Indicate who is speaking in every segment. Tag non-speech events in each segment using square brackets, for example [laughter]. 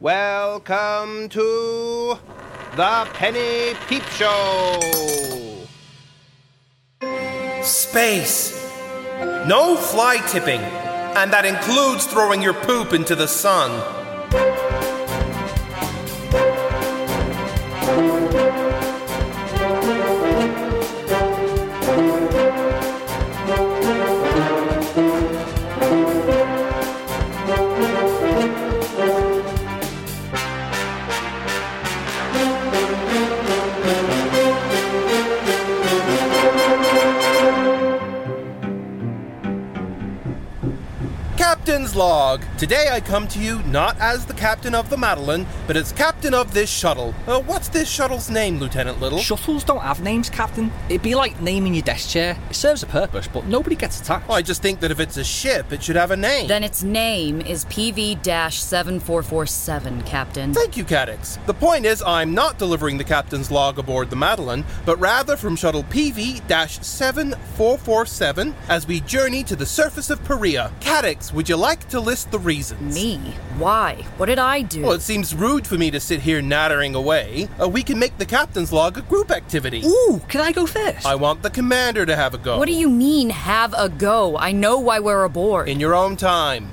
Speaker 1: Welcome to the Penny Peep Show.
Speaker 2: Space. No fly tipping. And that includes throwing your poop into the sun. Captain's Log. Today I come to you not as the captain of the Madeline, but as captain of this shuttle. Uh, what's this shuttle's name, Lieutenant Little?
Speaker 3: Shuttles don't have names, Captain. It'd be like naming your desk chair. It serves a purpose, but nobody gets attacked.
Speaker 2: I just think that if it's a ship, it should have a name.
Speaker 4: Then its name is PV 7447, Captain.
Speaker 2: Thank you, Cadix. The point is, I'm not delivering the captain's log aboard the Madeline, but rather from shuttle PV 7447 as we journey to the surface of Perea. Cadix, would you like to list the reasons?
Speaker 4: Me? Why? What did I do?
Speaker 2: Well, it seems rude for me to sit here nattering away. Uh, we can make the captain's log a group activity.
Speaker 3: Ooh, can I go first?
Speaker 2: I want the commander to have a go.
Speaker 4: what do you mean, have a go? I know why we're aboard.
Speaker 2: In your own time.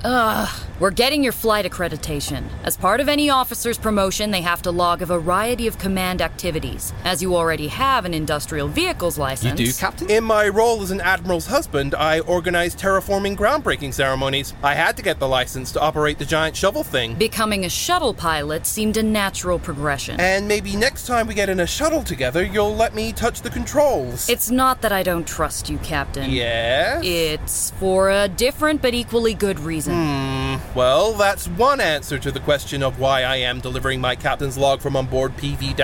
Speaker 4: We're getting your flight accreditation. As part of any officer's promotion, they have to log a variety of command activities. As you already have an industrial vehicles
Speaker 3: you
Speaker 4: license.
Speaker 3: do, Captain?
Speaker 2: In my role as an admiral's husband, I organized terraforming groundbreaking ceremonies. I had to get the license to operate the giant shovel thing.
Speaker 4: Becoming a shuttle pilot seemed a natural progression.
Speaker 2: And maybe next time we get in a shuttle together, you'll let me touch the controls.
Speaker 4: It's not that I don't trust you, Captain.
Speaker 2: Yes?
Speaker 4: It's for a different but equally good reason.
Speaker 2: Hmm. Well, that's one answer to the question of why I am delivering my captain's log from on board PV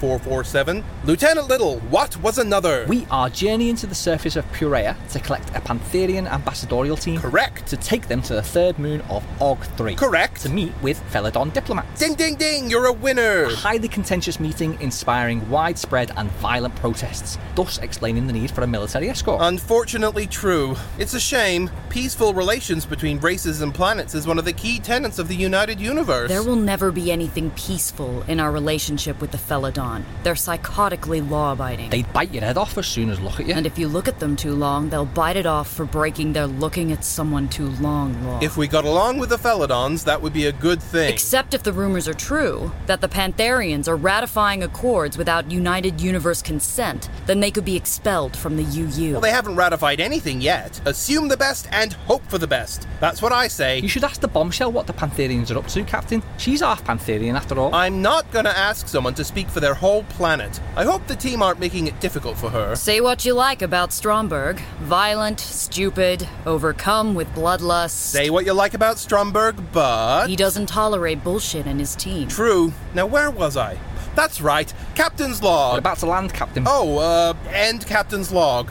Speaker 2: 7447. Lieutenant Little, what was another?
Speaker 3: We are journeying to the surface of Purea to collect a Pantherian ambassadorial team.
Speaker 2: Correct.
Speaker 3: To take them to the third moon of Og 3.
Speaker 2: Correct.
Speaker 3: To meet with Felidon diplomats.
Speaker 2: Ding ding ding, you're a winner!
Speaker 3: A highly contentious meeting inspiring widespread and violent protests, thus explaining the need for a military escort.
Speaker 2: Unfortunately true. It's a shame. Peaceful relations between races and planets is one of the key tenets of the United Universe.
Speaker 4: There will never be anything peaceful in our relationship with the Felidon. They're psychotically law abiding.
Speaker 3: They'd bite your head off as soon as look at you.
Speaker 4: and if you look at them too long, they'll bite it off for breaking their looking at someone too long law.
Speaker 2: if we got along with the Felidons, that would be a good thing.
Speaker 4: Except if the rumors are true that the Pantherians are ratifying accords without United Universe consent, then they could be expelled from the UU.
Speaker 2: well, they haven't ratified anything yet. Assume the best and hope for the best. That's what I
Speaker 3: You
Speaker 2: say.
Speaker 3: should ask the bombshell what the Pantherians are up to, Captain. She's half Pantherian after all.
Speaker 2: I'm not gonna ask someone to speak for their whole planet. I hope the team aren't making it difficult for her.
Speaker 4: Say what you like about Stromberg. Violent, stupid, overcome with bloodlust.
Speaker 2: Say what you like about Stromberg, but.
Speaker 4: he doesn't tolerate bullshit in his team.
Speaker 2: True. Now, where was I? That's right, Captain's
Speaker 3: We're
Speaker 2: Log.
Speaker 3: about to land, Captain.
Speaker 2: Oh, uh, end Captain's Log.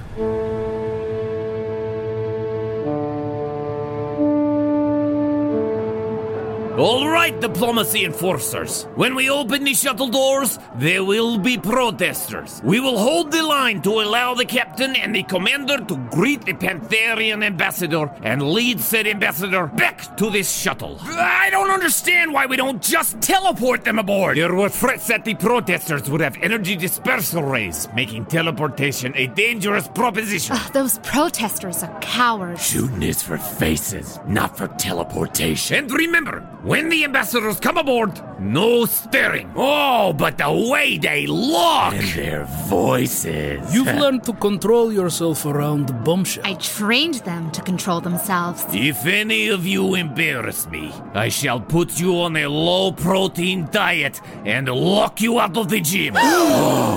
Speaker 5: All right, diplomacy enforcers. When we open the shuttle doors, there will be protesters. We will hold the line to allow the captain and the commander to greet the Pantherian ambassador and lead said ambassador back to this shuttle. I don't understand why we don't just teleport them aboard. There were threats that the protesters would have energy dispersal rays, making teleportation a dangerous proposition.
Speaker 6: Ah,
Speaker 7: Ugh, those protesters are cowards.
Speaker 5: Shooting is for faces, not for teleportation. And remember, when the ambassadors come aboard, No stirring. Oh, but the way they look!
Speaker 8: And their voices. [laughs]
Speaker 9: You've learned to control yourself around the bombshell.
Speaker 6: I trained them to control themselves.
Speaker 5: If any of you embarrass me, I shall put you on a low protein diet and lock you out of the gym.
Speaker 9: [gasps]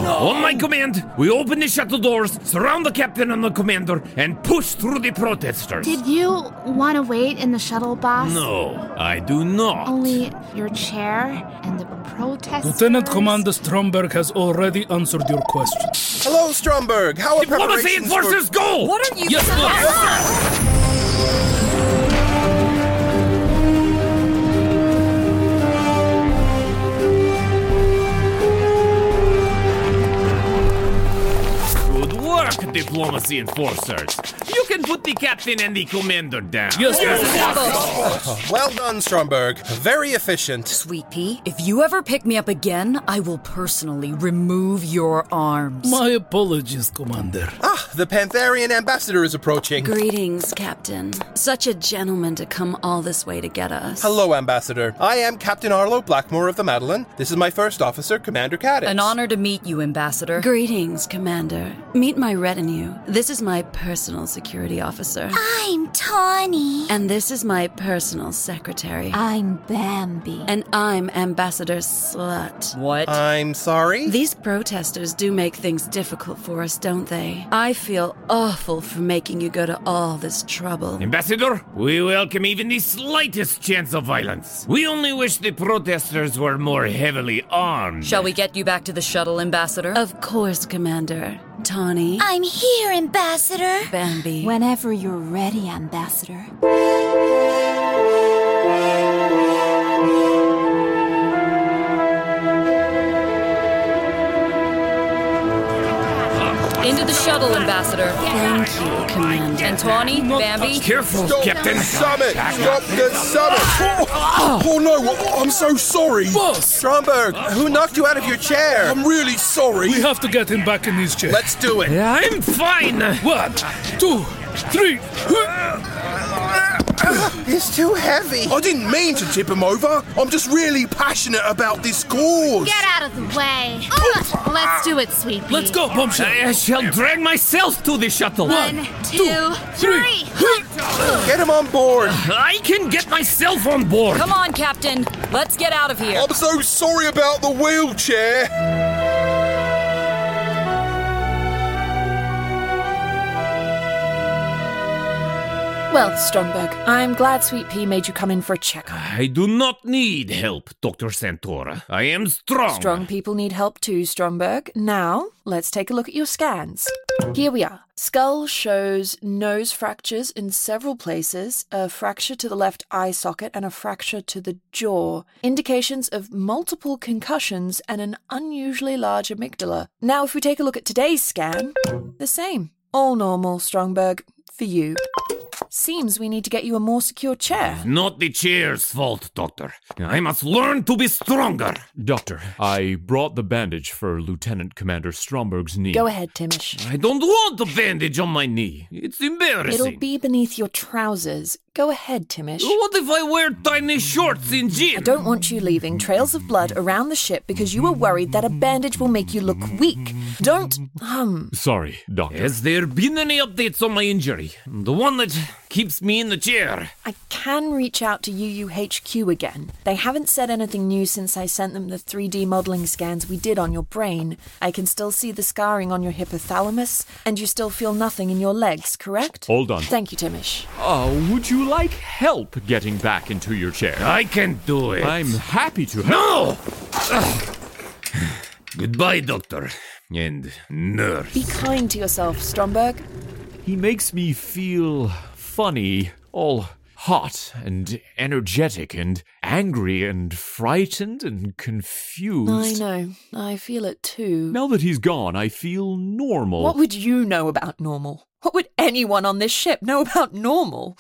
Speaker 5: On my command, we open the shuttle doors, surround the captain and the commander, and push through the protesters.
Speaker 6: Did you want to wait in the shuttle, boss?
Speaker 5: no, I do not.
Speaker 6: Only your chair and the protesters.
Speaker 9: Lieutenant Commander Stromberg has already answered your question.
Speaker 2: Hello, Stromberg. How are
Speaker 5: Diplomacy
Speaker 2: preparations for-
Speaker 5: enforces go!
Speaker 4: What are you?
Speaker 9: Yes, boss.
Speaker 5: Good work, diplomacy enforcers. You can put the captain and the commander down.
Speaker 9: Yes, boss.
Speaker 2: Well done, Stromberg. Very efficient.
Speaker 4: Sweet pea, if you ever pick me up again, I will personally remove your arms.
Speaker 9: My apologies, Commander.
Speaker 2: Ah, the Pantherian ambassador is approaching.
Speaker 10: Greetings, Captain. Such a gentleman to come all this way to get us.
Speaker 2: Hello, Ambassador. I am Captain Arlo Blackmore of the Madeline. This is my first officer, Commander Caddis.
Speaker 4: An honor to meet you, Ambassador.
Speaker 10: Greetings, Commander. Meet my retinue. This is my personal security officer.
Speaker 6: I'm Tawny.
Speaker 10: And this is my personal secretary.
Speaker 6: I'm Bambi.
Speaker 10: And I'm Ambassador Slut.
Speaker 4: What?
Speaker 2: I'm sorry?
Speaker 10: These protesters do make things difficult for us, don't they? I feel awful for making you go to all this trouble.
Speaker 5: Ambassador, we welcome even the slightest chance of violence. We only wish the protesters were more heavily armed.
Speaker 4: Shall we get you back to the shuttle, Ambassador?
Speaker 10: Of course, Commander. Tawny.
Speaker 6: I'm here, Ambassador.
Speaker 10: Bambi.
Speaker 6: Whenever you're ready, Ambassador.
Speaker 4: Into the shuttle, Ambassador.
Speaker 10: Thank you, Commander.
Speaker 4: And Tawny, Bambi.
Speaker 5: Careful,
Speaker 2: Stop
Speaker 5: Captain.
Speaker 2: the summit! Stop the summit! Oh, oh, no! I'm so sorry!
Speaker 9: Boss,
Speaker 2: Stromberg, who knocked you out of your chair?
Speaker 9: I'm
Speaker 2: really sorry!
Speaker 9: we have to get him back in his chair.
Speaker 2: Let's do it!
Speaker 5: I'm fine.
Speaker 9: One, two, three.
Speaker 2: It's too heavy! I didn't mean to tip him over! I'm just really passionate about this cause!
Speaker 6: Get out of the way. Let's do it, sweetie.
Speaker 9: Let's go, bombshell.
Speaker 5: I shall drag myself to the shuttle.
Speaker 6: One, two,
Speaker 9: three.
Speaker 6: three.
Speaker 2: Get him on board!
Speaker 5: I can get myself on board.
Speaker 4: Come on, Captain. Let's get out of here.
Speaker 2: I'm so sorry about the wheelchair!
Speaker 11: Well, Stromberg, I'm glad Sweet Pea made you come in for a checkup.
Speaker 5: I do not need help, Dr. Santora. I am strong.
Speaker 11: Strong people need help too, Stromberg. Now, let's take a look at your scans. Here we are. Skull shows nose fractures in several places, a fracture to the left eye socket, and a fracture to the jaw. Indications of multiple concussions and an unusually large amygdala. Now, if we take a look at today's scan, the same. All normal, Stromberg, for you. Seems we need to get you a more secure chair.
Speaker 5: Not the chair's fault, Doctor. I must learn to be stronger.
Speaker 8: Doctor, I brought the bandage for Lieutenant Commander Stromberg's knee.
Speaker 11: Go ahead, Timish.
Speaker 5: I don't want a bandage on my knee. It's embarrassing.
Speaker 11: It'll be beneath your trousers. Go ahead, Timish.
Speaker 5: What if I wear tiny shorts in
Speaker 11: I
Speaker 5: gym?
Speaker 11: don't want you leaving trails of blood around the ship because you were worried that a bandage will make you look weak. Don't um, hum.
Speaker 8: Sorry, Doctor.
Speaker 5: Has there been any updates on my injury? The one that keeps me in the chair.
Speaker 11: I can reach out to UUHQ again. They haven't said anything new since I sent them the 3D modeling scans we did on your brain. I can still see the scarring on your hypothalamus, and you still feel nothing in your legs, correct?
Speaker 8: Hold on.
Speaker 11: Thank you, Timish.
Speaker 8: Oh, would you like help getting back into your chair?
Speaker 5: I can do it.
Speaker 8: I'm happy to help.
Speaker 5: No! Ugh. Goodbye, Doctor. And nurse.
Speaker 11: Be kind to yourself, Stromberg.
Speaker 8: He makes me feel funny, all hot and energetic and angry and frightened and
Speaker 11: I
Speaker 8: confused.
Speaker 11: know. I feel it too.
Speaker 8: Now that he's gone, I feel normal.
Speaker 11: What would you know about normal? What would anyone on this ship know about normal?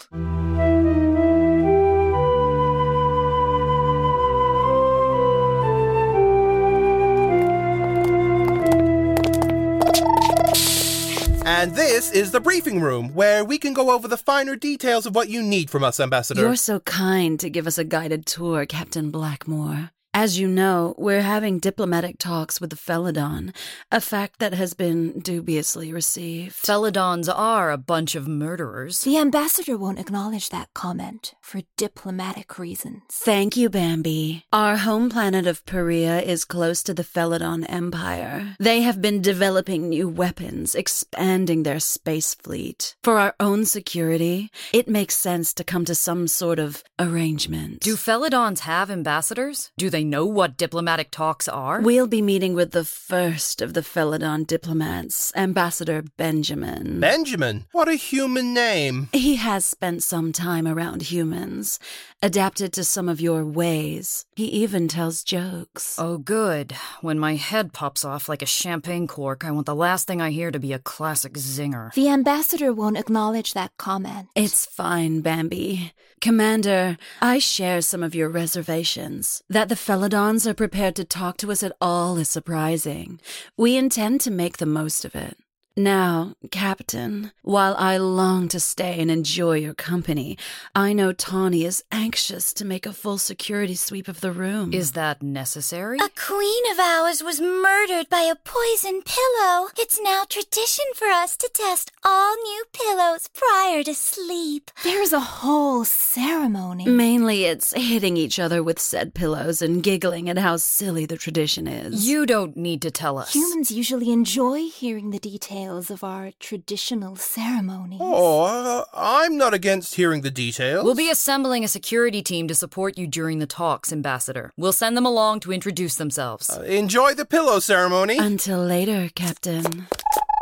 Speaker 2: And this is the briefing room, where we can go over the finer details of what you need from us, Ambassador.
Speaker 10: You're so kind to give us a guided tour, Captain Blackmore. As you know, we're having diplomatic talks with the Felidon, a fact that has been dubiously received.
Speaker 4: Felidons are a bunch of murderers.
Speaker 6: The ambassador won't acknowledge that comment for diplomatic reasons.
Speaker 10: Thank you, Bambi. Our home planet of Perea is close to the Felidon Empire. They have been developing new weapons, expanding their space fleet. For our own security, it makes sense to come to some sort of arrangement.
Speaker 4: Do Felidons have ambassadors? Do they know what diplomatic talks are?
Speaker 10: We'll be meeting with the first of the Felidon diplomats, Ambassador Benjamin.
Speaker 2: Benjamin? What a human name.
Speaker 10: He has spent some time around humans, adapted to some of your ways. He even tells jokes.
Speaker 4: Oh, good. When my head pops off like a champagne cork, I want the last thing I hear to be a classic zinger.
Speaker 6: The ambassador won't acknowledge that comment.
Speaker 10: It's fine, Bambi. Commander, I share some of your reservations. That the Felidons are prepared to talk to us at all is surprising. We intend to make the most of it. Now, Captain, while I long to stay and enjoy your company, I know Tawny is anxious to make a full security sweep of the room. Uh,
Speaker 4: Is that necessary?
Speaker 6: A queen of ours was murdered by a poison pillow. It's now tradition for us to test all new pillows prior to sleep. There's a whole ceremony.
Speaker 10: Mainly it's hitting each other with said pillows and giggling at how silly the tradition is.
Speaker 4: You don't need to tell us.
Speaker 6: Humans usually enjoy hearing the details of our traditional ceremonies.
Speaker 2: Oh, uh, I'm not against hearing the details.
Speaker 4: We'll be assembling a security team to support you during the talks, Ambassador. We'll send them along to introduce themselves.
Speaker 2: Uh, enjoy the pillow ceremony.
Speaker 10: Until later, Captain.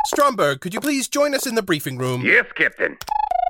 Speaker 2: Stromberg, could you please join us in the briefing room?
Speaker 5: Yes, Captain.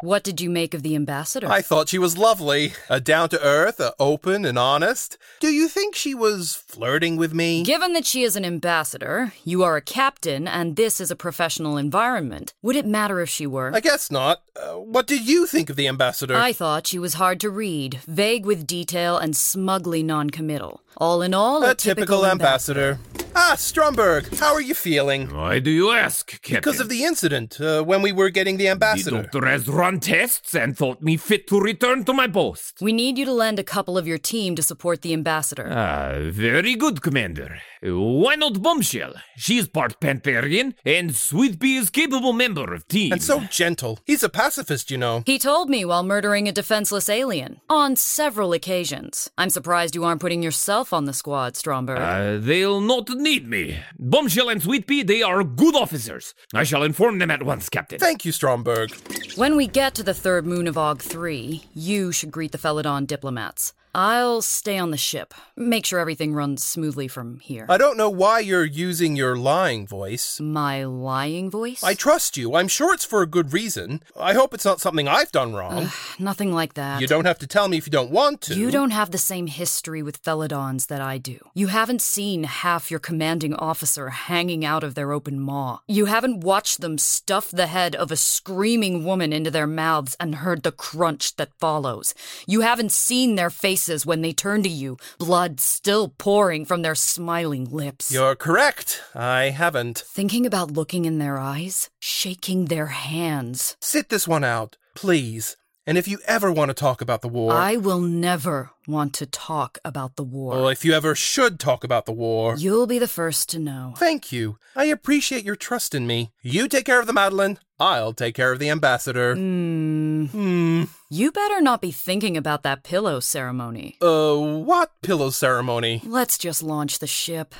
Speaker 4: What did you make of the ambassador?
Speaker 2: I thought she was lovely. Uh, down to earth, uh, open, and honest. Do you think she was flirting with me?
Speaker 4: Given that she is an ambassador, you are a captain, and this is a professional environment, would it matter if she were?
Speaker 2: I guess not. Uh, what did you think of the ambassador?
Speaker 4: I thought she was hard to read, vague with detail, and smugly noncommittal. All in all,
Speaker 2: a, a typical, typical ambassador. ambassador. Ah, Stromberg, how are you feeling?
Speaker 5: Why do you ask, Captain?
Speaker 2: Because of the incident uh, when we were getting the ambassador.
Speaker 5: The doctor has run tests and thought me fit to return to my post.
Speaker 4: We need you to lend a couple of your team to support the ambassador.
Speaker 5: Ah, very good, Commander. Why not Bombshell? She is part Pantherian, and Sweet Bee is capable member of team.
Speaker 2: And so gentle. He's a pacifist, you know.
Speaker 4: He told me while murdering a defenseless alien on several occasions. I'm surprised you aren't putting yourself on the squad, Stromberg.
Speaker 5: Uh, they'll not need me. Bombshell and Sweet Pea, they are good officers. I shall inform them at once, Captain.
Speaker 2: Thank you, Stromberg.
Speaker 4: When we get to the third moon of Og 3, you should greet the Felidon diplomats. I'll stay on the ship. Make sure everything runs smoothly from here.
Speaker 2: I don't know why you're using your lying voice.
Speaker 4: My lying voice?
Speaker 2: I trust you. I'm sure it's for a good reason. I hope it's not something I've done wrong. Uh,
Speaker 4: [sighs] nothing like that.
Speaker 2: You don't have to tell me if you don't want to.
Speaker 4: You don't have the same history with Felidons that I do. You haven't seen half your commanding officer hanging out of their open maw. You haven't watched them stuff the head of a screaming woman into their mouths and heard the crunch that follows. You haven't seen their faces when they turn to you, blood still pouring from their smiling lips.
Speaker 2: You're correct. I haven't.
Speaker 4: Thinking about looking in their eyes, shaking their hands.
Speaker 2: Sit this one out, please. And if you ever want to talk about the war.
Speaker 4: I will never want to talk about the war.
Speaker 2: Well, if you ever should talk about the war.
Speaker 4: You'll be the first to know.
Speaker 2: Thank you. I appreciate your trust in me. You take care of the Madeline. I'll take care of the ambassador.
Speaker 4: Hmm.
Speaker 2: Hmm.
Speaker 4: You better not be thinking about that pillow ceremony.
Speaker 2: Uh, what pillow ceremony?
Speaker 4: Let's just launch the ship.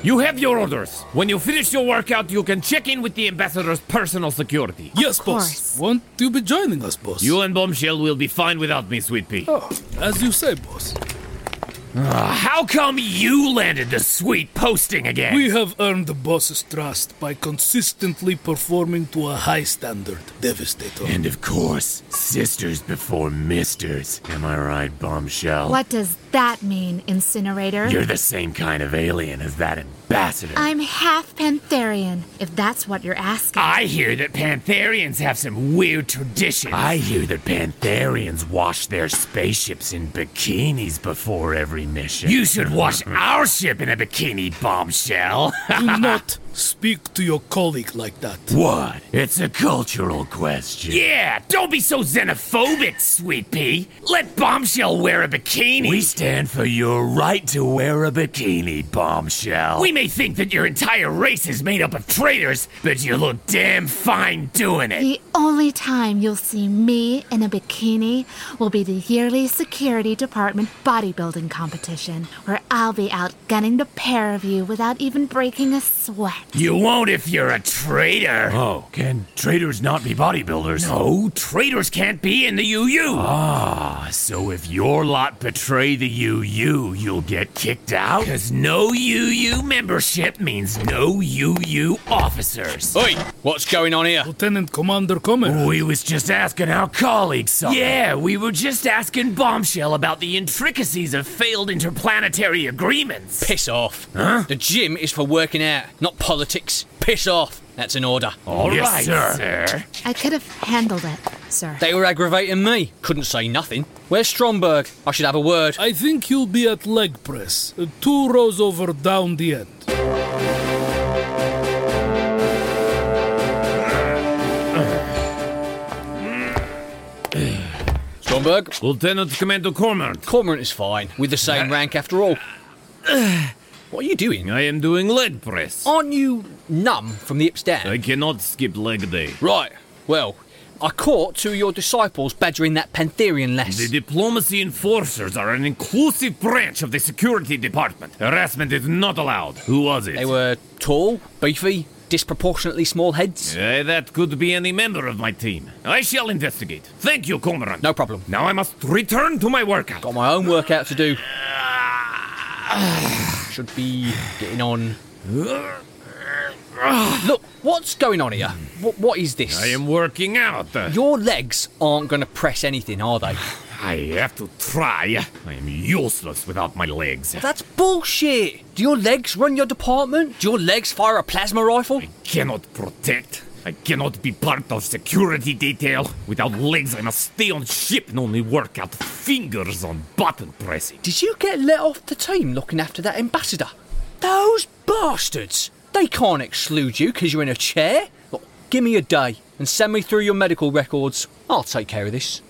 Speaker 5: You have your orders. When you finish your workout, you can check in with the ambassador's personal security.
Speaker 9: Of yes, course. boss. Won't you be joining us, boss?
Speaker 5: You and Bombshell will be fine without me, sweet pea.
Speaker 9: Oh, as you say, boss.
Speaker 5: Uh, how come you landed the sweet posting again?
Speaker 9: We have earned the boss's trust by consistently performing to a high standard, Devastator.
Speaker 8: And of course, sisters before misters. Am I right, Bombshell?
Speaker 7: What does that mean, Incinerator?
Speaker 8: You're the same kind of alien as that ambassador.
Speaker 7: I'm half Pantherian, if that's what you're asking.
Speaker 5: I hear that Pantherians have some weird traditions.
Speaker 8: I hear that Pantherians wash their spaceships in bikinis before every Mission.
Speaker 5: You should wash our ship in a bikini bombshell.
Speaker 9: Do not Speak to your colleague like that.
Speaker 8: [laughs] What? It's a cultural question.
Speaker 5: Yeah, don't be so xenophobic, sweet pea. Let Bombshell wear a bikini.
Speaker 8: We stand for your right to wear a bikini, bombshell.
Speaker 5: We may think that your entire race is made up of traitors, but you look damn fine doing it.
Speaker 7: The only time you'll see me in a bikini will be the yearly security department bodybuilding competition, where I'll be out gunning the pair of you without even breaking a sweat.
Speaker 5: You won't if you're a traitor.
Speaker 8: Oh, can traitors not be bodybuilders?
Speaker 5: No, traitors can't be in the UU.
Speaker 8: Ah, so if your lot betray the UU, you'll get kicked out?
Speaker 5: Because no UU membership means no UU officers.
Speaker 3: Oi, what's going on here?
Speaker 9: Lieutenant Commander Comer.
Speaker 5: We Oh, was just asking our colleagues
Speaker 9: something.
Speaker 5: Yeah, we were just asking Bombshell about the intricacies of failed interplanetary agreements.
Speaker 3: Piss off. The gym is for working out, not politics. Piss off. That's an order.
Speaker 5: All
Speaker 3: All
Speaker 5: All
Speaker 3: right,
Speaker 5: Yes, right, sir.
Speaker 7: I could have handled it, sir.
Speaker 3: They were aggravating me. Couldn't say nothing. Where's Stromberg? I should have a word.
Speaker 9: I think you'll be at leg press, uh, two rows over down the end.
Speaker 3: Stromberg?
Speaker 5: Lieutenant Commander Cormorant.
Speaker 3: Cormorant is fine. With the same rank after
Speaker 12: [sighs]
Speaker 3: all. what are you doing?
Speaker 12: Uh, I am doing leg press.
Speaker 3: Aren't you numb from the hips down?
Speaker 12: I cannot skip leg day.
Speaker 3: Right. Well, I caught two of your disciples badgering that Pantherian less.
Speaker 12: The diplomacy enforcers are an inclusive branch of the security department. Harassment is not allowed. Who was it?
Speaker 3: They were tall, beefy, disproportionately small heads.
Speaker 12: Eh, that could be any member of my team. I shall investigate. Thank you, Cormorant.
Speaker 3: No problem.
Speaker 12: Now I must return to my workout.
Speaker 3: Got my own workout to do. [sighs] Should be
Speaker 12: [sighs]
Speaker 3: getting on. Look, what's going on here? What, what is this?
Speaker 12: I am working out.
Speaker 3: Your legs aren't going to press anything, are they?
Speaker 12: [sighs] I have to try. I am useless without my legs.
Speaker 3: That's bullshit. Do your legs run your department? Do your legs fire a plasma rifle?
Speaker 12: cannot protect. I cannot be part of security detail. Without legs, I must stay on ship and only work out fingers on button pressing.
Speaker 3: Did you get let off the team looking after that ambassador? Those bastards! They can't exclude you because you're in a chair. Look, give me a day and send me through your medical records. I'll take care of this.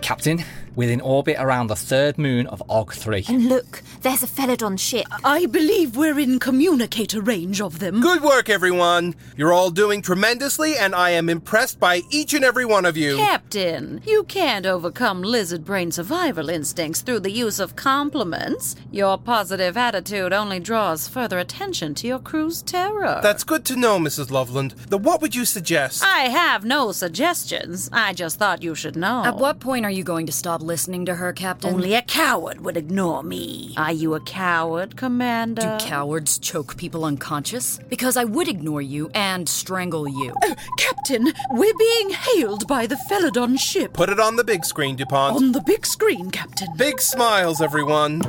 Speaker 13: Captain, we're in orbit around the third moon of Og 3.
Speaker 14: And look, there's a Felidon ship. I believe we're in communicator range of them.
Speaker 2: Good work, everyone. You're all doing tremendously, and I am impressed by each and every one of you.
Speaker 14: Captain, you can't overcome lizard brain survival instincts through the use of compliments. Your positive attitude only draws further attention to your crew's terror.
Speaker 2: That's good to know, Mrs. Loveland. The what would you suggest?
Speaker 14: I have no suggestions. I just thought you should know.
Speaker 4: At what point are you going to stop listening to her, Captain?
Speaker 14: Only a coward would ignore me. Are you a coward, Commander?
Speaker 4: Do cowards choke people unconscious? Because I would ignore you and strangle you.
Speaker 14: Uh, Captain, we're being hailed by the Felidon ship.
Speaker 2: Put it on the big screen, DuPont.
Speaker 14: On the big screen, Captain.
Speaker 2: Big smiles, everyone.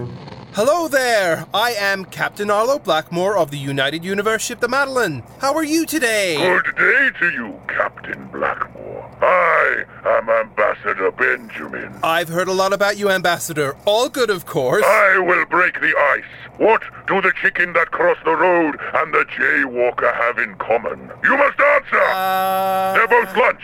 Speaker 2: Hello there. I am Captain Arlo Blackmore of the United Universe ship the Madeline. How are you today?
Speaker 15: Good day to you, Captain Blackmore. I am Ambassador Benjamin.
Speaker 2: I've heard a lot about you, Ambassador. All good, of course.
Speaker 15: I will break the ice. What do the chicken that crossed the road and the jaywalker have in common? You must answer!
Speaker 2: Uh.
Speaker 15: They're both lunch.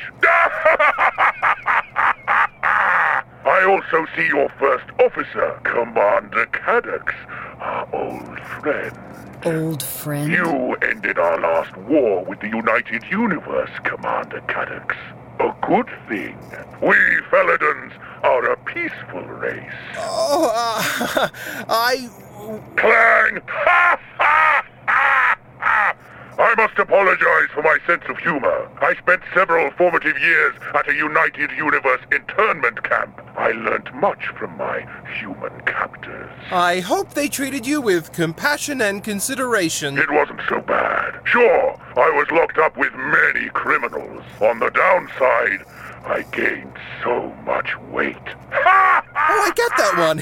Speaker 15: I also see your first officer, Commander Caddox, our old friend.
Speaker 4: Old friend.
Speaker 15: You ended our last war with the United Universe, Commander Caddox. A good thing. We Felidans are a peaceful race.
Speaker 2: Oh, uh, [laughs] I.
Speaker 15: Clang! Ha ha ha ha! I must apologize for my sense of humor. I spent several formative years at a United Universe internment camp. I learnt much from my human captors.
Speaker 2: I hope they treated you with compassion and consideration.
Speaker 15: It wasn't so bad. Sure, I was locked up with many criminals. On the downside, I gained so much weight.
Speaker 2: Oh, I get that one.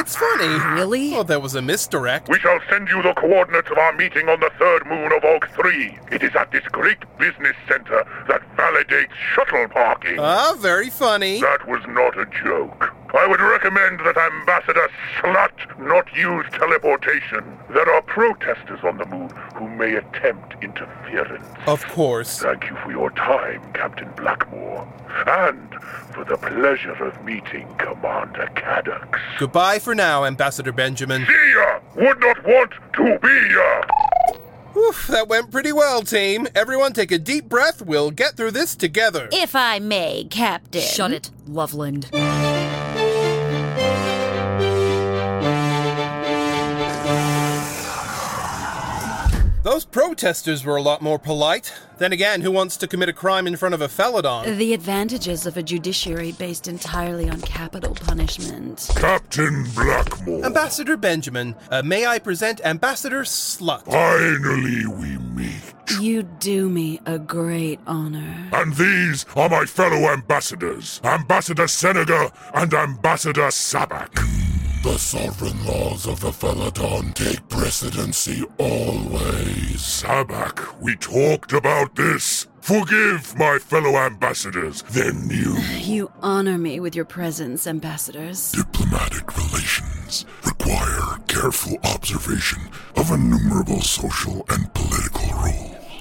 Speaker 2: It's funny. Really? Oh, that was a misdirect.
Speaker 15: We shall send you the coordinates of our meeting on the third moon of Og 3. It is at this great business center that validates shuttle parking.
Speaker 2: Ah, very funny.
Speaker 15: That was not a joke. I would recommend that Ambassador Slut not use teleportation. There are protesters on the moon who may attempt interference.
Speaker 2: Of course.
Speaker 15: Thank you for your time, Captain Blackmore, and for the pleasure of meeting Commander Caddock.
Speaker 2: Goodbye for now, Ambassador Benjamin.
Speaker 15: See ya! Would not want to be ya!
Speaker 2: Oof, that went pretty well, team. Everyone take a deep breath. We'll get through this together.
Speaker 14: If I may, Captain.
Speaker 4: Shut it, Loveland.
Speaker 2: Those protesters were a lot more polite. Then again, who wants to commit a crime in front of a Felidon?
Speaker 10: The advantages of a judiciary based entirely on capital punishment.
Speaker 2: Captain Blackmore. Ambassador Benjamin, uh, may I present Ambassador Slut?
Speaker 15: Finally, we.
Speaker 10: You do me a great honor.
Speaker 15: And these are my fellow ambassadors Ambassador Senega and Ambassador Sabak.
Speaker 16: The sovereign laws of the Felidon take precedency always.
Speaker 15: Sabak, we talked about this. Forgive my fellow ambassadors, their new
Speaker 10: You honor me with your presence, ambassadors.
Speaker 16: Diplomatic relations require careful observation of innumerable social and political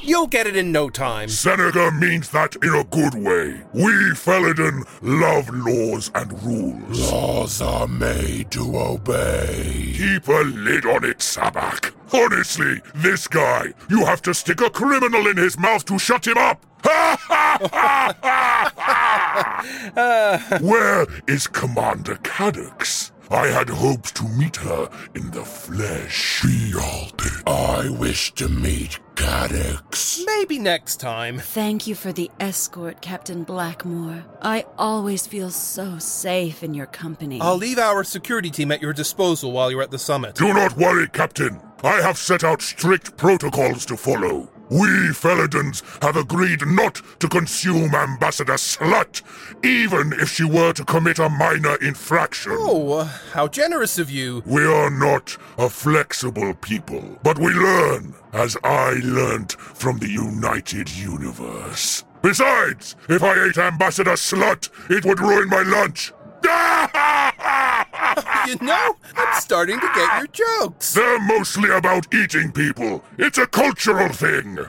Speaker 2: You'll get it in no time.
Speaker 15: Seneca means that in a good way. We Felidon love laws and rules.
Speaker 16: Laws are made to obey.
Speaker 15: Keep a lid on it, Sabak. Honestly, this guy, you have to stick a criminal in his mouth to shut him up. [laughs] Where is Commander Caddocks? I had hoped to meet her in the flesh.
Speaker 16: Bealted. I wish to meet Caddocks.
Speaker 2: Maybe next time.
Speaker 10: Thank you for the escort, Captain Blackmore. I always feel so safe in your company.
Speaker 2: I'll e- leave our security team at your disposal while you're at the summit.
Speaker 15: Do not worry, Captain. I have set out strict protocols to follow. We Felidans have agreed not to consume Ambassador Slut, even if she were to commit a minor infraction.
Speaker 2: Oh, uh, how generous of you.
Speaker 15: We are not a flexible people, but we learn, as I learnt from the United Universe. Besides, if I ate Ambassador Slut, it would ruin my lunch.
Speaker 2: [laughs] you know, I'm starting to get your jokes.
Speaker 15: They're mostly about eating people. It's a cultural thing.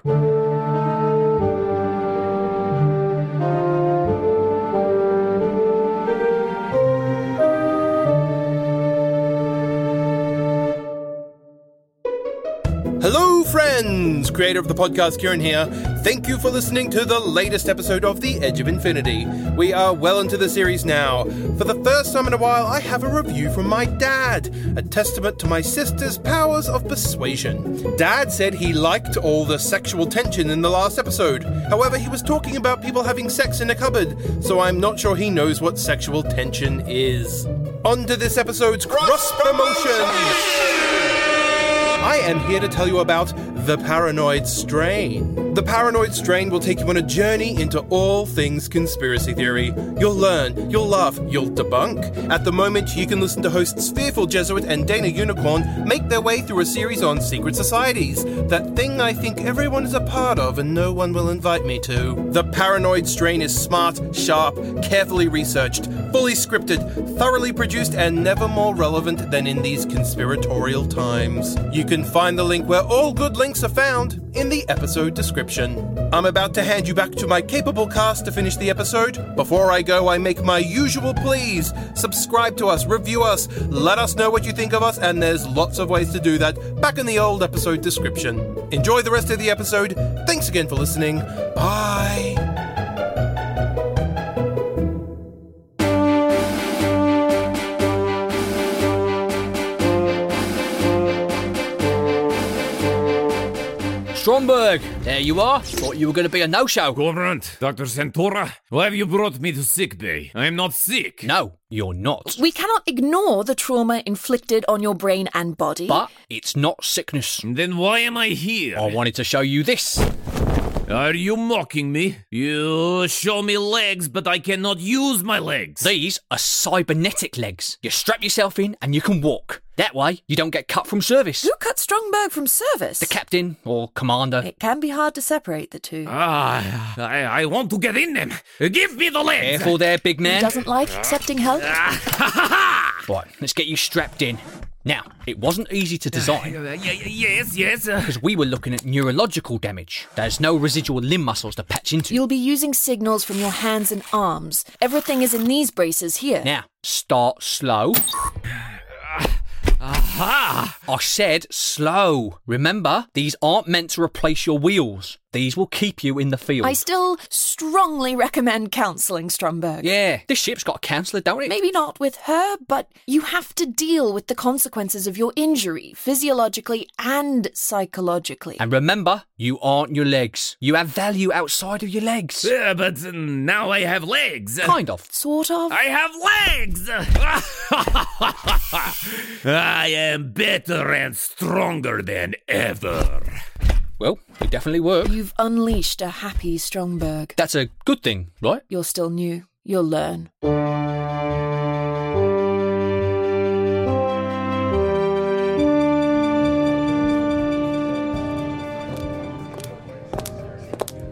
Speaker 2: Hello, friends! Creator of the podcast, Kieran here. Thank you for listening to the latest episode of The Edge of Infinity. We are well into the series now. For the first time in a while, I have a review from my dad, a testament to my sister's powers of persuasion. Dad said he liked all the sexual tension in the last episode. However, he was talking about people having sex in a cupboard, so I'm not sure he knows what sexual tension is. On to this episode's cross promotion! I am here to tell you about the paranoid strain. The paranoid strain will take you on a journey into all things conspiracy theory. You'll learn, you'll laugh, you'll debunk. At the moment, you can listen to hosts Fearful Jesuit and Dana Unicorn make their way through a series on secret societies, that thing I think everyone is a part of and no one will invite me to. The paranoid strain is smart, sharp, carefully researched, fully scripted, thoroughly produced, and never more relevant than in these conspiratorial times. You can find the link where all good links are found in the episode description. I'm about to hand you back to my capable cast to finish the episode. Before I go, I make my usual pleas subscribe to us, review us, let us know what you think of us, and there's lots of ways to do that back in the old episode description. Enjoy the rest of the episode. Thanks again for listening. Bye.
Speaker 3: Stromberg, there you are. Oh, Thought you were going to be a no show.
Speaker 5: Government, Dr. Santora, why have you brought me to sick bay? I am not sick.
Speaker 3: No, you're not.
Speaker 11: We cannot ignore the trauma inflicted on your brain and body.
Speaker 3: But it's not sickness.
Speaker 5: Then why am I here?
Speaker 3: I wanted to show you this.
Speaker 5: Are you mocking me? You show me legs, but I cannot use my legs.
Speaker 3: These are cybernetic legs. You strap yourself in and you can walk. That way, you don't get cut from service. Who
Speaker 11: cut Strongberg from service?
Speaker 3: The captain or commander.
Speaker 11: It can be hard to separate the two.
Speaker 5: Ah, I, I want to get in them. Give me the legs. Ah.
Speaker 3: Careful there, big man.
Speaker 11: He doesn't like accepting help.
Speaker 3: Right, let's get you strapped in. Now, it wasn't easy to design
Speaker 5: Y- y- Uh, yes, yes. uh,
Speaker 3: because we were looking at neurological damage. There's no residual limb muscles to patch into.
Speaker 11: You'll be using signals from your hands and arms. Everything is in these braces here.
Speaker 3: Now, start slow. Aha! I said slow. Remember, these aren't meant to replace your wheels. These will keep you in the field.
Speaker 11: I still strongly recommend counselling Stromberg.
Speaker 3: yeah, this ship's got a counsellor, don't it?
Speaker 11: Maybe not with her, but you have to deal with the consequences of your injury, physiologically and psychologically.
Speaker 3: And remember, you aren't your legs. You have value outside of your legs.
Speaker 5: Yeah, but uh, now I have legs.
Speaker 3: Kind of.
Speaker 11: Sort of.
Speaker 5: I have legs. [laughs] I am better and stronger than ever.
Speaker 3: Well, it definitely worked.
Speaker 11: You've unleashed a happy Stromberg.
Speaker 3: That's a good thing, right?
Speaker 11: You're still new. You'll learn.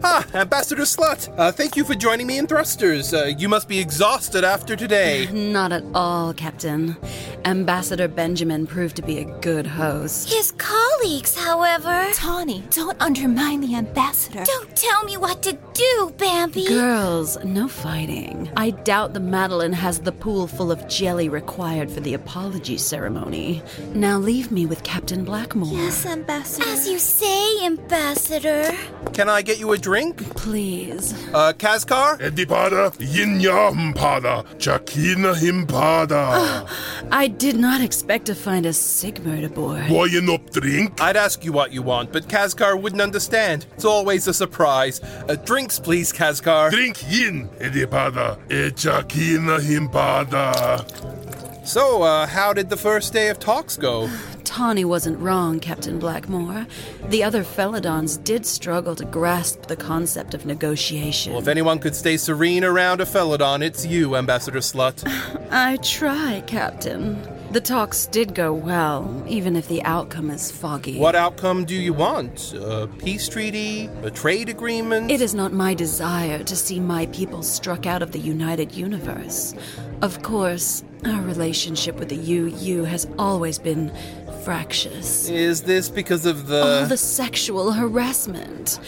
Speaker 2: Ah, Ambassador Slut, uh, thank you for joining me in Thrusters. Uh, you must be exhausted after today.
Speaker 10: Not at all, Captain. Ambassador Benjamin proved to be a good host.
Speaker 6: His colleagues, however.
Speaker 7: Tawny, don't undermine the ambassador.
Speaker 6: Don't tell me what to do, Bambi.
Speaker 10: Girls, no fighting. I doubt the Madeline has the pool full of jelly required for the apology ceremony. Now leave me with Captain Blackmore.
Speaker 6: Yes, Ambassador. As you say, Ambassador.
Speaker 2: Can I get you a drink?
Speaker 10: Please.
Speaker 2: Uh, Kazkar?
Speaker 16: Edipada, Yinya Himpada, Chakina
Speaker 2: [sighs]
Speaker 16: Himpada.
Speaker 10: I did not expect to find a Sigmund aboard.
Speaker 16: Boyan up drink?
Speaker 2: I'd ask you what you want, but Kazkar wouldn't understand. It's always a surprise. Uh, drinks, please, Kazkar.
Speaker 16: Drink Yin, Edipada, E Chakina Himpada.
Speaker 2: So, uh, how did the first day of talks go?
Speaker 10: Tawny wasn't wrong, Captain Blackmore. The other Felidons did struggle to grasp the concept of negotiation.
Speaker 2: Well, if anyone could stay serene around a Felidon, it's you, Ambassador Slut.
Speaker 10: I try, Captain. The talks did go well, even if the outcome is foggy.
Speaker 2: What outcome do you want? A peace treaty? A trade agreement?
Speaker 10: It is not my desire to see my people struck out of the United Universe. Of course, our relationship with the UU has always been fractious.
Speaker 2: Is this because of the.
Speaker 10: All the sexual harassment.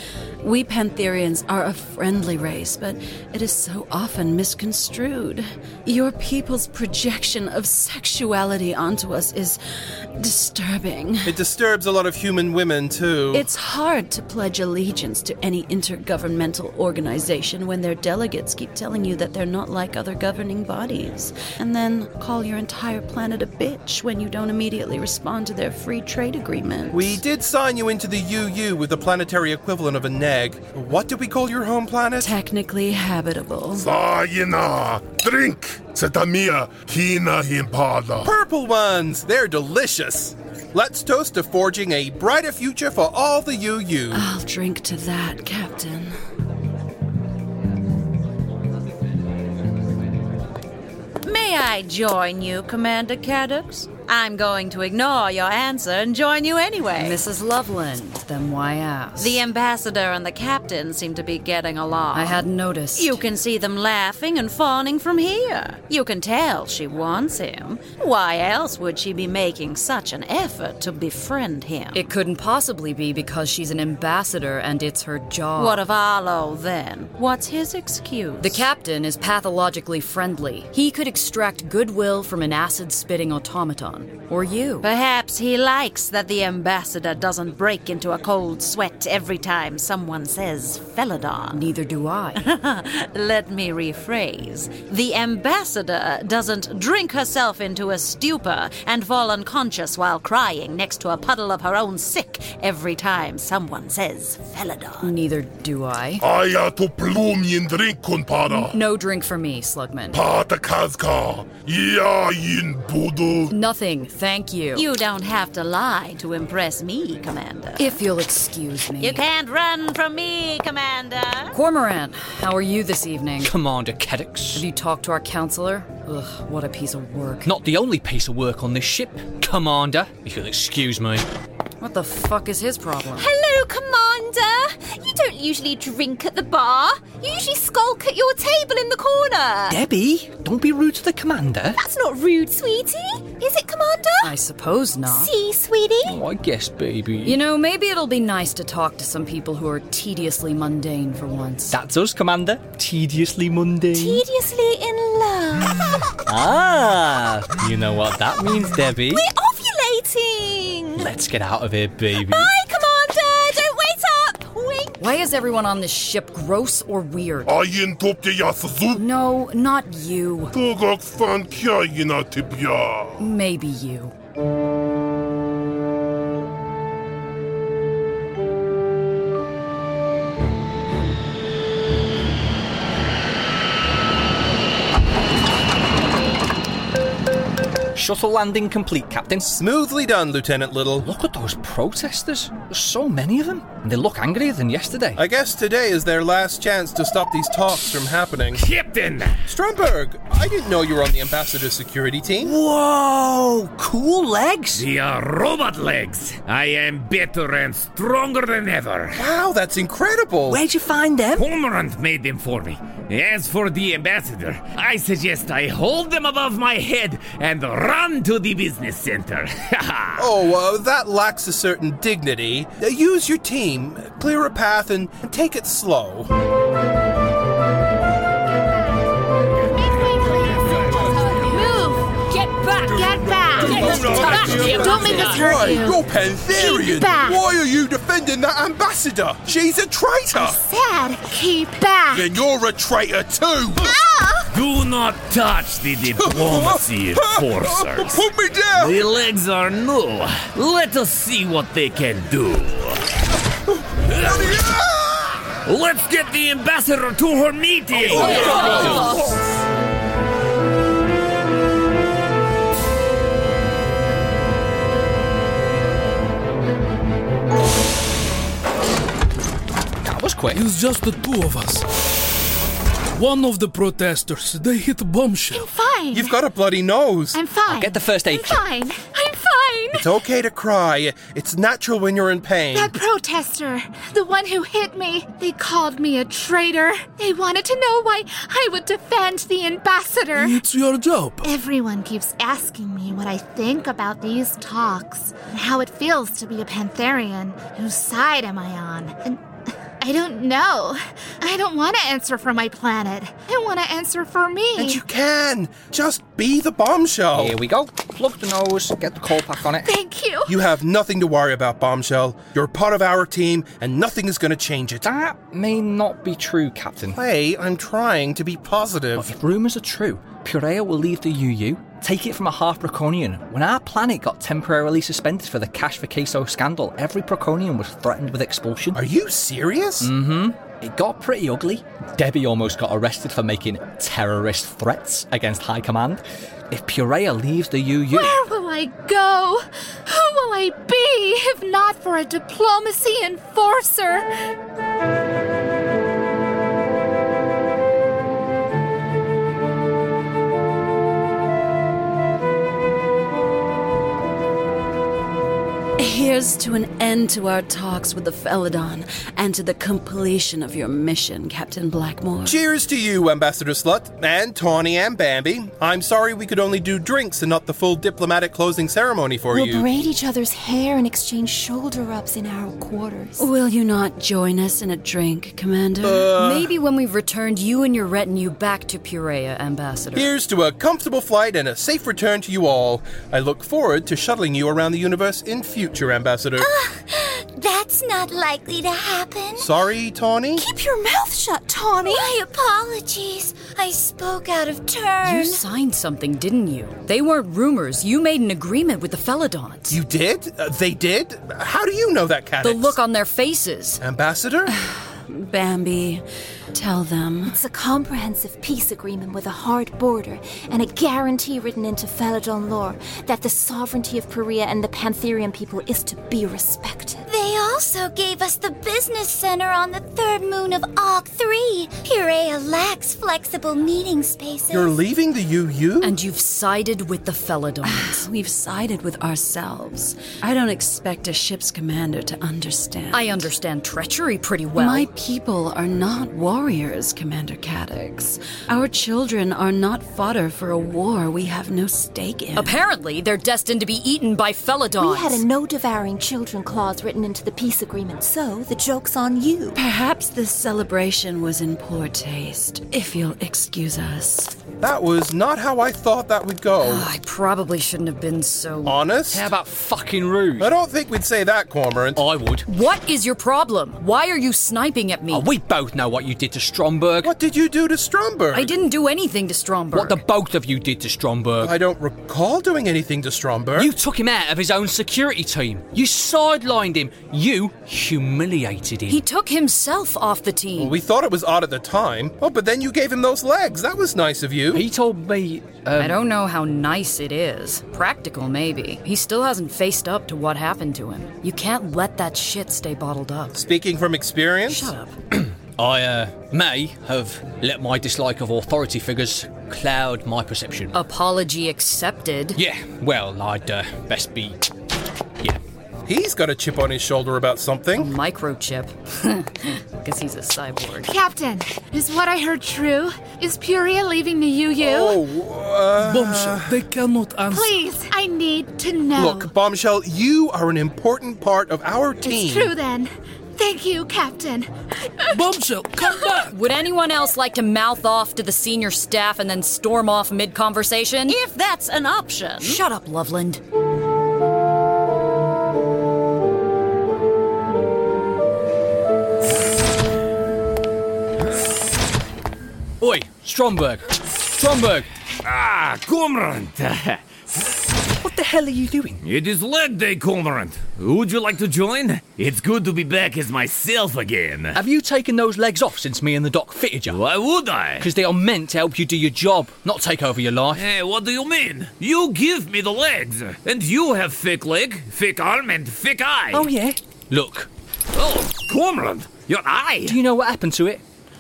Speaker 10: We Pantherians are a friendly race, but it is so often misconstrued. Your people's projection of sexuality onto us is disturbing.
Speaker 2: It disturbs a lot of human women, too.
Speaker 10: It's hard to pledge allegiance to any intergovernmental organization when their delegates keep telling you that they're not like other governing bodies, and then call your entire planet a bitch when you don't immediately respond to their free trade agreement.
Speaker 2: We did sign you into the UU with the planetary equivalent of a neg. What did we call your home planet?
Speaker 10: Technically habitable.
Speaker 16: Sayina, drink, Setamia, Kina Himpada.
Speaker 2: Purple ones! They're delicious! Let's toast to forging a brighter future for all the UU.
Speaker 10: I'll drink to that, Captain.
Speaker 14: May I join you, Commander Caddocks? I'm going to ignore your answer and join you anyway.
Speaker 4: Mrs. Loveland, then why ask?
Speaker 14: The ambassador and the captain seem to be getting along.
Speaker 4: I hadn't noticed.
Speaker 14: You can see them laughing and fawning from here. You can tell she wants him. Why else would she be making such an effort to befriend him?
Speaker 4: It couldn't possibly be because she's an ambassador and it's her job.
Speaker 14: What of Arlo then? What's his excuse?
Speaker 4: Oh. The captain is pathologically friendly. He could extract goodwill from an acid spitting automaton. Or you.
Speaker 14: Perhaps he likes that the ambassador doesn't break into a cold sweat every time someone says Felidon.
Speaker 4: Neither do I.
Speaker 14: Let me rephrase. The ambassador doesn't drink herself into a stupor and fall unconscious while crying next to a puddle of her own sick every time someone says Felidon.
Speaker 4: Neither do I.
Speaker 16: Aya to plum yin drink kunpada.
Speaker 4: No drink for me, Slugman.
Speaker 16: Patakazka, Ya yin budu.
Speaker 4: Nothing nothing, thank you.
Speaker 14: You don't have to lie to impress me, Commander.
Speaker 4: If you'll excuse me.
Speaker 14: You can't run from me, Commander.
Speaker 4: Cormorant, how are you this evening?
Speaker 3: Commander Kedix.
Speaker 4: Have you talked to our counselor? Ugh, what a piece of work.
Speaker 3: Not the only piece of work on this ship, Commander. If you'll excuse me.
Speaker 4: What the fuck is his problem?
Speaker 17: Hello, Commander! You don't usually drink at the bar. You usually skulk at your table in the
Speaker 4: Uh,
Speaker 17: corner.
Speaker 3: Debbie, don't be rude to the Commander.
Speaker 17: That's not rude, sweetie. Is it, Commander?
Speaker 4: I suppose not.
Speaker 17: See, sweetie?
Speaker 3: Oh, I guess, baby.
Speaker 4: You know, maybe it'll be nice to talk to some people who are tediously mundane for once.
Speaker 3: That's us, Commander. Tediously mundane.
Speaker 17: Tediously in love.
Speaker 3: [laughs] ah, you know what that means, Debbie.
Speaker 17: We're ovulating!
Speaker 3: Let's get out of here, baby.
Speaker 17: Bye, Commander! Don't wait up! Wink!
Speaker 4: Why is everyone on this ship gross or weird?
Speaker 15: I interrupt your soup.
Speaker 4: No, not you.
Speaker 15: Tugok fan kia ina tibia.
Speaker 4: Maybe you.
Speaker 3: Shuttle landing complete, Captain.
Speaker 2: Smoothly done, Lieutenant Little.
Speaker 3: Look at those protesters. There's so many of them. And they look angrier than yesterday.
Speaker 2: I guess today is their last chance to stop these talks from happening.
Speaker 5: Captain!
Speaker 2: Stromberg, I didn't know you were on the ambassador security team.
Speaker 3: Whoa! Cool legs!
Speaker 5: The uh, robot legs! I am better and stronger than ever.
Speaker 2: Wow, that's incredible.
Speaker 3: Where'd you find them?
Speaker 5: Cormorant made them for me. As for the ambassador, I suggest I hold them above my head and run to the business center.
Speaker 2: [laughs] Oh, uh, that lacks a certain dignity. Uh, use your team, clear a path, and, and take it slow.
Speaker 17: Move! Get back! Get back! Don't make us hurt you!
Speaker 2: You're Pantherian!
Speaker 17: Keep back.
Speaker 2: Why are you defending that ambassador? She's a traitor!
Speaker 17: Sad! Keep back!
Speaker 2: Then you're a traitor too!
Speaker 17: Ah!
Speaker 5: Do not touch the
Speaker 2: [laughs]
Speaker 5: diplomacy enforcers.
Speaker 2: Put me down!
Speaker 5: The legs are new. Let us see what they can do. Let's get the ambassador to her meeting.
Speaker 3: That was quick.
Speaker 9: It's just the two of us. One of the protesters, they hit a bombshell.
Speaker 7: Fine.
Speaker 2: You've got a bloody nose.
Speaker 7: I'm fine.
Speaker 3: Get the first aid
Speaker 7: I'm
Speaker 3: kit.
Speaker 7: fine. I'm fine.
Speaker 2: It's okay to cry. It's natural when you're in pain.
Speaker 7: That protester, the one who hit me, they called me a traitor. They wanted to know why I would defend the ambassador.
Speaker 9: It's your job.
Speaker 7: Everyone keeps asking me what I think about these talks and how it feels to be a Pantherian. Whose side am I on? And [laughs] I don't know. I don't want to answer for my planet. I want to answer for me.
Speaker 2: And you can. Just be the bombshell.
Speaker 3: Here we go. Plug the nose, get the coal pack on it.
Speaker 7: Thank you.
Speaker 2: You have nothing to worry about, Bombshell. You're part of our team, and nothing is going to change it.
Speaker 3: That may not be true, Captain.
Speaker 2: Hey, I'm trying to be
Speaker 3: But
Speaker 2: positive.
Speaker 3: if rumours are true, Purea will leave the UU, take it from a half Draconian. When our planet got temporarily suspended for the Cash for Queso scandal, every Draconian was threatened with expulsion. Mm-hmm.
Speaker 2: Are you serious?
Speaker 3: It got pretty ugly. Debbie almost got arrested for making terrorist threats against High Command. If Purea leaves the UU,
Speaker 7: Where will I go? Who will I be if not for a diplomacy enforcer?
Speaker 10: Here's to an end to our talks with the Felidon and to the completion of your mission, Captain Blackmore.
Speaker 2: Cheers to you, Ambassador Slut, and Tawny and Bambi. I'm sorry we could only do drinks and not the full diplomatic closing ceremony for
Speaker 17: We'll
Speaker 2: you.
Speaker 17: braid each other's hair and exchange shoulder rubs in our quarters.
Speaker 10: Will you not join us in a drink, Commander?
Speaker 2: Uh.
Speaker 4: Maybe when we've returned you and your retinue back to Purea, Ambassador.
Speaker 2: Here's to a comfortable flight and a safe return to you all. I look forward to shuttling you around the universe in future, Ambassador.
Speaker 7: Ah,
Speaker 6: That's not likely to happen.
Speaker 2: Sorry, Tawny?
Speaker 17: Keep your mouth shut, Tawny.
Speaker 6: My apologies. I spoke out of turn.
Speaker 4: You signed something, didn't you? They weren't rumors. You made an agreement with the Felidons.
Speaker 2: You did? Uh, they did? How do you know that, Cat?
Speaker 4: the look on their faces.
Speaker 2: Ambassador?
Speaker 10: Bambi, tell them.
Speaker 17: It's a comprehensive peace agreement with a hard border and a guarantee written into Faladon lore that the sovereignty of Perea and the Pantherian people is to be respected.
Speaker 6: They also gave us the business center on the third moon of Og 3. Purea lacks flexible meeting spaces.
Speaker 2: leaving the UU?
Speaker 10: And you've sided with the Felidons. We've sided with ourselves. I don't expect a ship's commander to understand.
Speaker 4: I understand treachery pretty well.
Speaker 10: My people are not warriors, Commander Caddix. Our children are not fodder for a war we have no stake in.
Speaker 4: Apparently, they're destined to be eaten by Felidons.
Speaker 17: We had a no devouring children clause written into the peace agreement, so the joke's on you.
Speaker 10: Perhaps this celebration was in poor taste, if you'll excuse us.
Speaker 2: That was not how I thought that would go.
Speaker 4: Oh, I probably shouldn't have been so
Speaker 2: honest.
Speaker 3: How about fucking rude?
Speaker 2: I don't think we'd say that, Cormorant.
Speaker 3: I would.
Speaker 4: What is your problem? Why are you sniping at me?
Speaker 3: Oh, we both know what you did to Stromberg.
Speaker 2: What did you do to Stromberg?
Speaker 4: I didn't do anything to Stromberg.
Speaker 3: What the both of you did to Stromberg.
Speaker 2: I don't recall doing anything to Stromberg.
Speaker 3: You took him out of his own security team. You sidelined him. You humiliated him.
Speaker 4: He took himself off the team.
Speaker 2: Well, we thought it was odd at the time. Oh, but then you gave him those legs. That was nice of you.
Speaker 3: He told me. um,
Speaker 4: I don't know how nice it is. Practical, maybe. He still hasn't faced up to what happened to him. You can't let that shit stay bottled up.
Speaker 2: Speaking from experience.
Speaker 4: Shut up.
Speaker 3: [clears throat] I uh, may have let my dislike of authority figures cloud my perception.
Speaker 4: Apology accepted.
Speaker 3: Yeah, well, I'd uh, best be. Yeah.
Speaker 2: He's got a chip on his shoulder about something.
Speaker 4: Microchip. [laughs] Guess he's a cyborg.
Speaker 7: Captain, is what I heard true? Is Puria leaving the UU?
Speaker 2: Oh, Uh,
Speaker 9: Bombshell, they cannot answer.
Speaker 7: Please, I need to know.
Speaker 2: Look, Bombshell, you are an important part of our team.
Speaker 7: it's true then. Thank you, Captain.
Speaker 9: Bombshell, come back!
Speaker 4: Would anyone else like to mouth off to the senior staff and then storm off mid conversation?
Speaker 14: If that's an option.
Speaker 4: Shut up, Loveland.
Speaker 3: Oi, Stromberg. Stromberg.
Speaker 5: Ah, Cormorant!
Speaker 3: What the hell are you doing?
Speaker 5: It is leg day, Cormorant. Would you like to join? It's good to be back as myself again.
Speaker 3: Have you taken those legs off since me and the doc fitted you?
Speaker 5: Why would I?
Speaker 3: Because they are meant to help you do your job, not take over your life.
Speaker 5: Hey, what do you mean? You give me the legs, and you have thick leg, thick arm, and thick eye.
Speaker 3: Oh, yeah. Look,
Speaker 5: Oh, Cormorant, your eye.
Speaker 3: do you know what happened to it?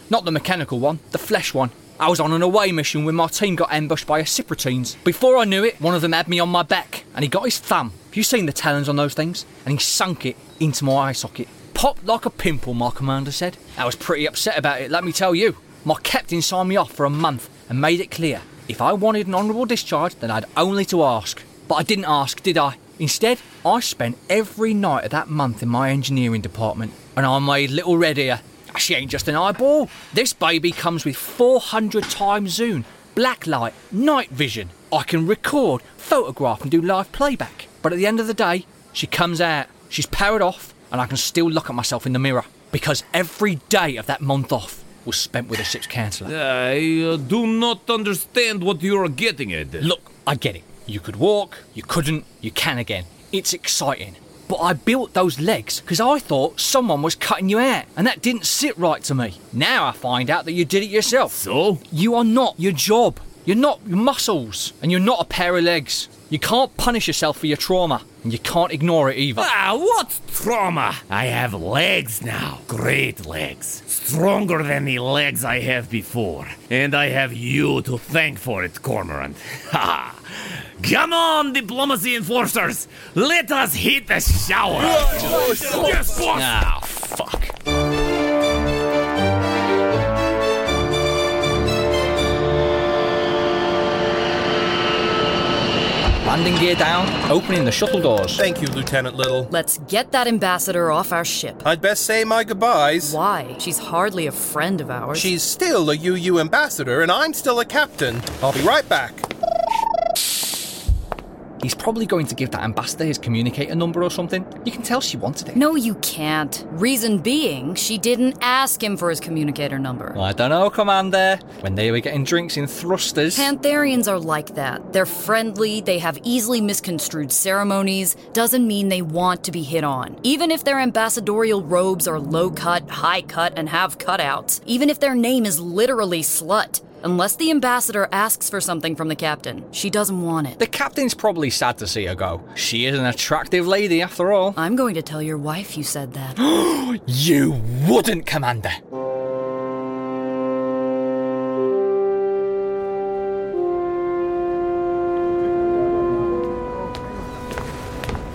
Speaker 3: Not the mechanical one, the flesh one. I was on an away mission when my team got ambushed by Acipratines. Before I knew it, one of them had me on my back, and he got his thumb. Have you seen the talons on those things? And he sunk it into my eye socket. Popped like a pimple, my commander said. I was pretty upset about it, let me tell you. My captain signed me off for a month and made it clear if I wanted an honourable discharge, then I had only to ask. But I didn't ask, did I? Instead, I spent every night of that month in my engineering department, and I made little red here. She ain't just an eyeball. This baby comes with 400 times zoom, black light, night vision. I can record, photograph, and do live playback. But at the end of the day, she comes out, she's powered off, and I can still look at myself in the mirror because every day of that month off was spent with a ship's counsellor.
Speaker 5: I uh, do not understand what you are getting at.
Speaker 3: Look, I get it. You could walk, you couldn't, you can again. It's exciting. But I built those legs because I thought someone was cutting you out, and that didn't sit right to me. Now I find out that you did it yourself.
Speaker 5: So?
Speaker 3: You are not your job. You're not your muscles, and you're not a pair of legs. You can't punish yourself for your trauma, and you can't ignore it either.
Speaker 5: Ah, what trauma! I have legs now. Great legs. Stronger than the legs I have before. And I have you to thank for it, Cormorant. [laughs] Ha! Come on, diplomacy enforcers! Let us hit the shower! Yes, boss!
Speaker 3: Ah, fuck. Landing gear down, opening the shuttle doors.
Speaker 2: Thank you, Lieutenant Little.
Speaker 4: Let's get that ambassador off our ship.
Speaker 2: I'd best say my goodbyes.
Speaker 4: Why? She's hardly a friend of ours.
Speaker 2: She's still a UU ambassador, and I'm still a captain. I'll be right back.
Speaker 13: He's probably going to give that ambassador his communicator number or something. You can tell she wanted it.
Speaker 4: No, you can't. Reason being, she didn't ask him for his communicator number.
Speaker 13: I don't know, Commander. When they were getting drinks in thrusters.
Speaker 4: Pantherians are like that. They're friendly, they have easily misconstrued ceremonies, doesn't mean they want to be hit on. Even if their ambassadorial robes are low cut, high cut, and have cutouts, even if their name is literally slut, unless the ambassador asks for something from the captain, she doesn't want it.
Speaker 13: The captain's probably sad to see her go. She is an attractive lady after all.
Speaker 4: I'm going to tell your wife you said that.
Speaker 13: [gasps] You wouldn't, Commander.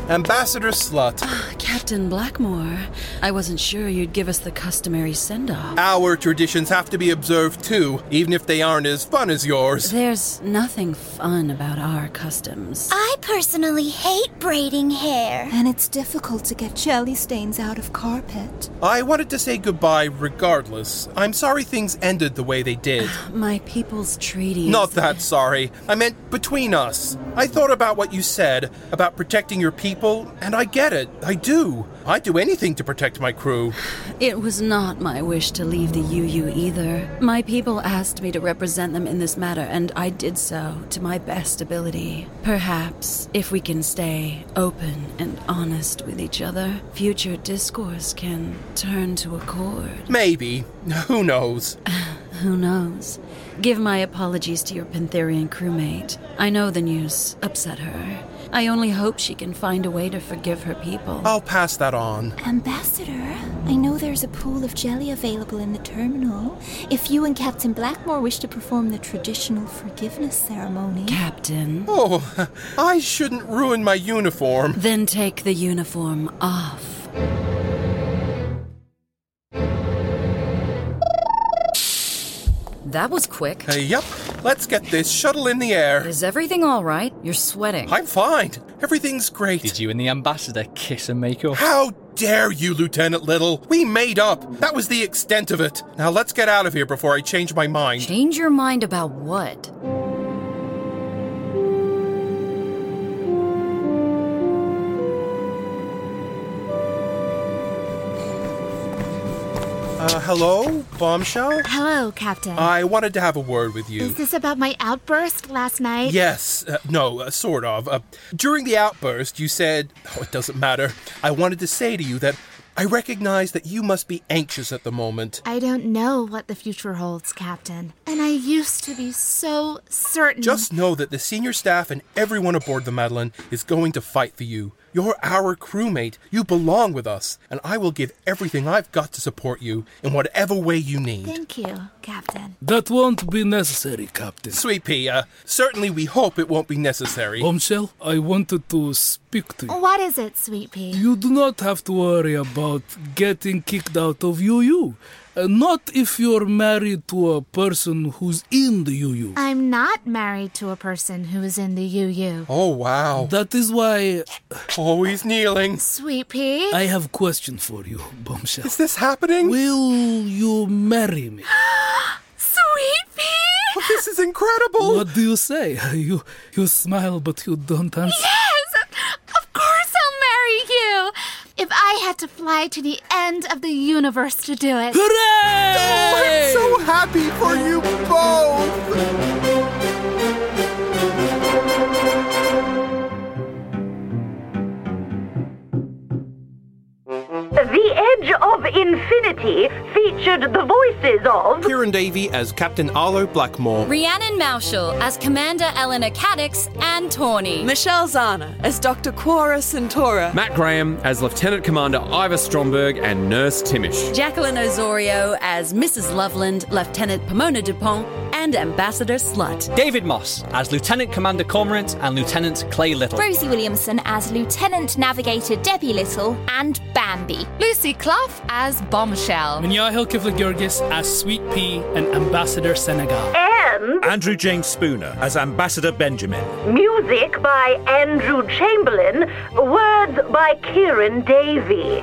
Speaker 2: Ambassador Slut.
Speaker 10: Captain Blackmore, I wasn't sure you'd give us the customary send off.
Speaker 2: Our traditions have to be observed too, even if they aren't as fun as yours.
Speaker 10: There's nothing fun about our customs.
Speaker 17: I personally hate braiding hair. And it's difficult to get jelly stains out of carpet.
Speaker 2: I wanted to say goodbye regardless. I'm sorry things ended the way they did.
Speaker 10: [sighs] My people's treaties.
Speaker 2: Not that sorry. I meant between us. I thought about what you said about protecting your people, and I get it. I do. I'd do anything to protect my crew.
Speaker 10: It was not my wish to leave the UU either. My people asked me to represent them in this matter, and I did so to my best ability. Perhaps, if we can stay open and honest with each other, future discourse can turn to accord.
Speaker 2: Maybe. [laughs] Who
Speaker 10: [sighs]
Speaker 2: knows?
Speaker 10: Who knows? Give my apologies to your Pantherian crewmate. I know the news upset her. I only hope she can find a way to forgive her people.
Speaker 2: I'll pass that on.
Speaker 17: Ambassador, I know there's a pool of jelly available in the terminal. If you and Captain Blackmore wish to perform the traditional forgiveness ceremony.
Speaker 10: Captain.
Speaker 2: Oh, I shouldn't ruin my uniform.
Speaker 10: Then take the uniform off.
Speaker 4: That was quick.
Speaker 2: Hey, yep. Let's get this shuttle in the air.
Speaker 4: Is everything all right? You're sweating.
Speaker 2: I'm fine. Everything's great.
Speaker 13: Did you and the ambassador kiss and make up?
Speaker 2: How dare you, Lieutenant Little? We made up. That was the extent of it. Now let's get out of here before I change my mind.
Speaker 4: Change your mind about what?
Speaker 2: Uh, hello, bombshell?
Speaker 7: Hello, Captain.
Speaker 2: I wanted to have a word with you.
Speaker 7: Is this about my outburst last night?
Speaker 2: Yes, uh, no, uh, sort of. Uh, during the outburst, you said, Oh, it doesn't matter. I wanted to say to you that I recognize that you must be anxious at the moment.
Speaker 7: I don't know what the future holds, Captain. And I used to be so certain.
Speaker 2: Just know that the senior staff and everyone aboard the Madeline is going to fight for you. You're our crewmate. You belong with us. And I will give everything I've got to support you in whatever way you need.
Speaker 7: Thank you, Captain.
Speaker 9: That won't be necessary, Captain.
Speaker 2: Sweet pea, uh, certainly we hope it won't be necessary.
Speaker 9: Bombshell, I wanted to speak to you.
Speaker 7: What is it, Sweet Pea?
Speaker 9: You do not have to worry about getting kicked out of UU. Uh, not if you're married to a person who's in the UU.
Speaker 7: I'm not married to a person who is in the UU.
Speaker 2: Oh, wow.
Speaker 9: That is why.
Speaker 2: Oh, he's kneeling.
Speaker 7: Sweet Pea? [gasps]
Speaker 9: I have a question for you, [laughs] Bombshell.
Speaker 2: Is this happening?
Speaker 9: Will you marry me?
Speaker 7: Sweet Pea?
Speaker 2: Oh, this is incredible.
Speaker 9: What do you say? [laughs] You you smile, but you don't answer.
Speaker 7: Yes! Of course I'll marry you! If I had to fly to the end of the universe to do it.
Speaker 9: Hooray!
Speaker 2: Oh, I'm so happy for you both.
Speaker 18: The Edge of Infinity featured the voices of
Speaker 2: Kieran Davey as Captain Arlo Blackmore.
Speaker 4: Rhiannon Mauschel as Commander Eleanor Caddix and Tawny.
Speaker 19: Michelle Zana as Dr. Quora Centaura.
Speaker 20: Matt Graham as Lieutenant Commander Ivor Stromberg and Nurse Timish.
Speaker 10: Jacqueline Osorio as Mrs. Loveland, Lieutenant Pomona Dupont, and Ambassador Slut.
Speaker 13: David Moss as Lieutenant Commander Cormorant and Lieutenant Clay Little.
Speaker 17: Rosie Williamson as Lieutenant Navigator Debbie Little and Bambi.
Speaker 21: Lucy Clough as Bombshell.
Speaker 22: Manyahil Kivlagurgis as Sweet Pea and Ambassador Senegal.
Speaker 18: And
Speaker 23: Andrew James Spooner as Ambassador Benjamin.
Speaker 18: music by Andrew Chamberlain, words by Kieran Davey.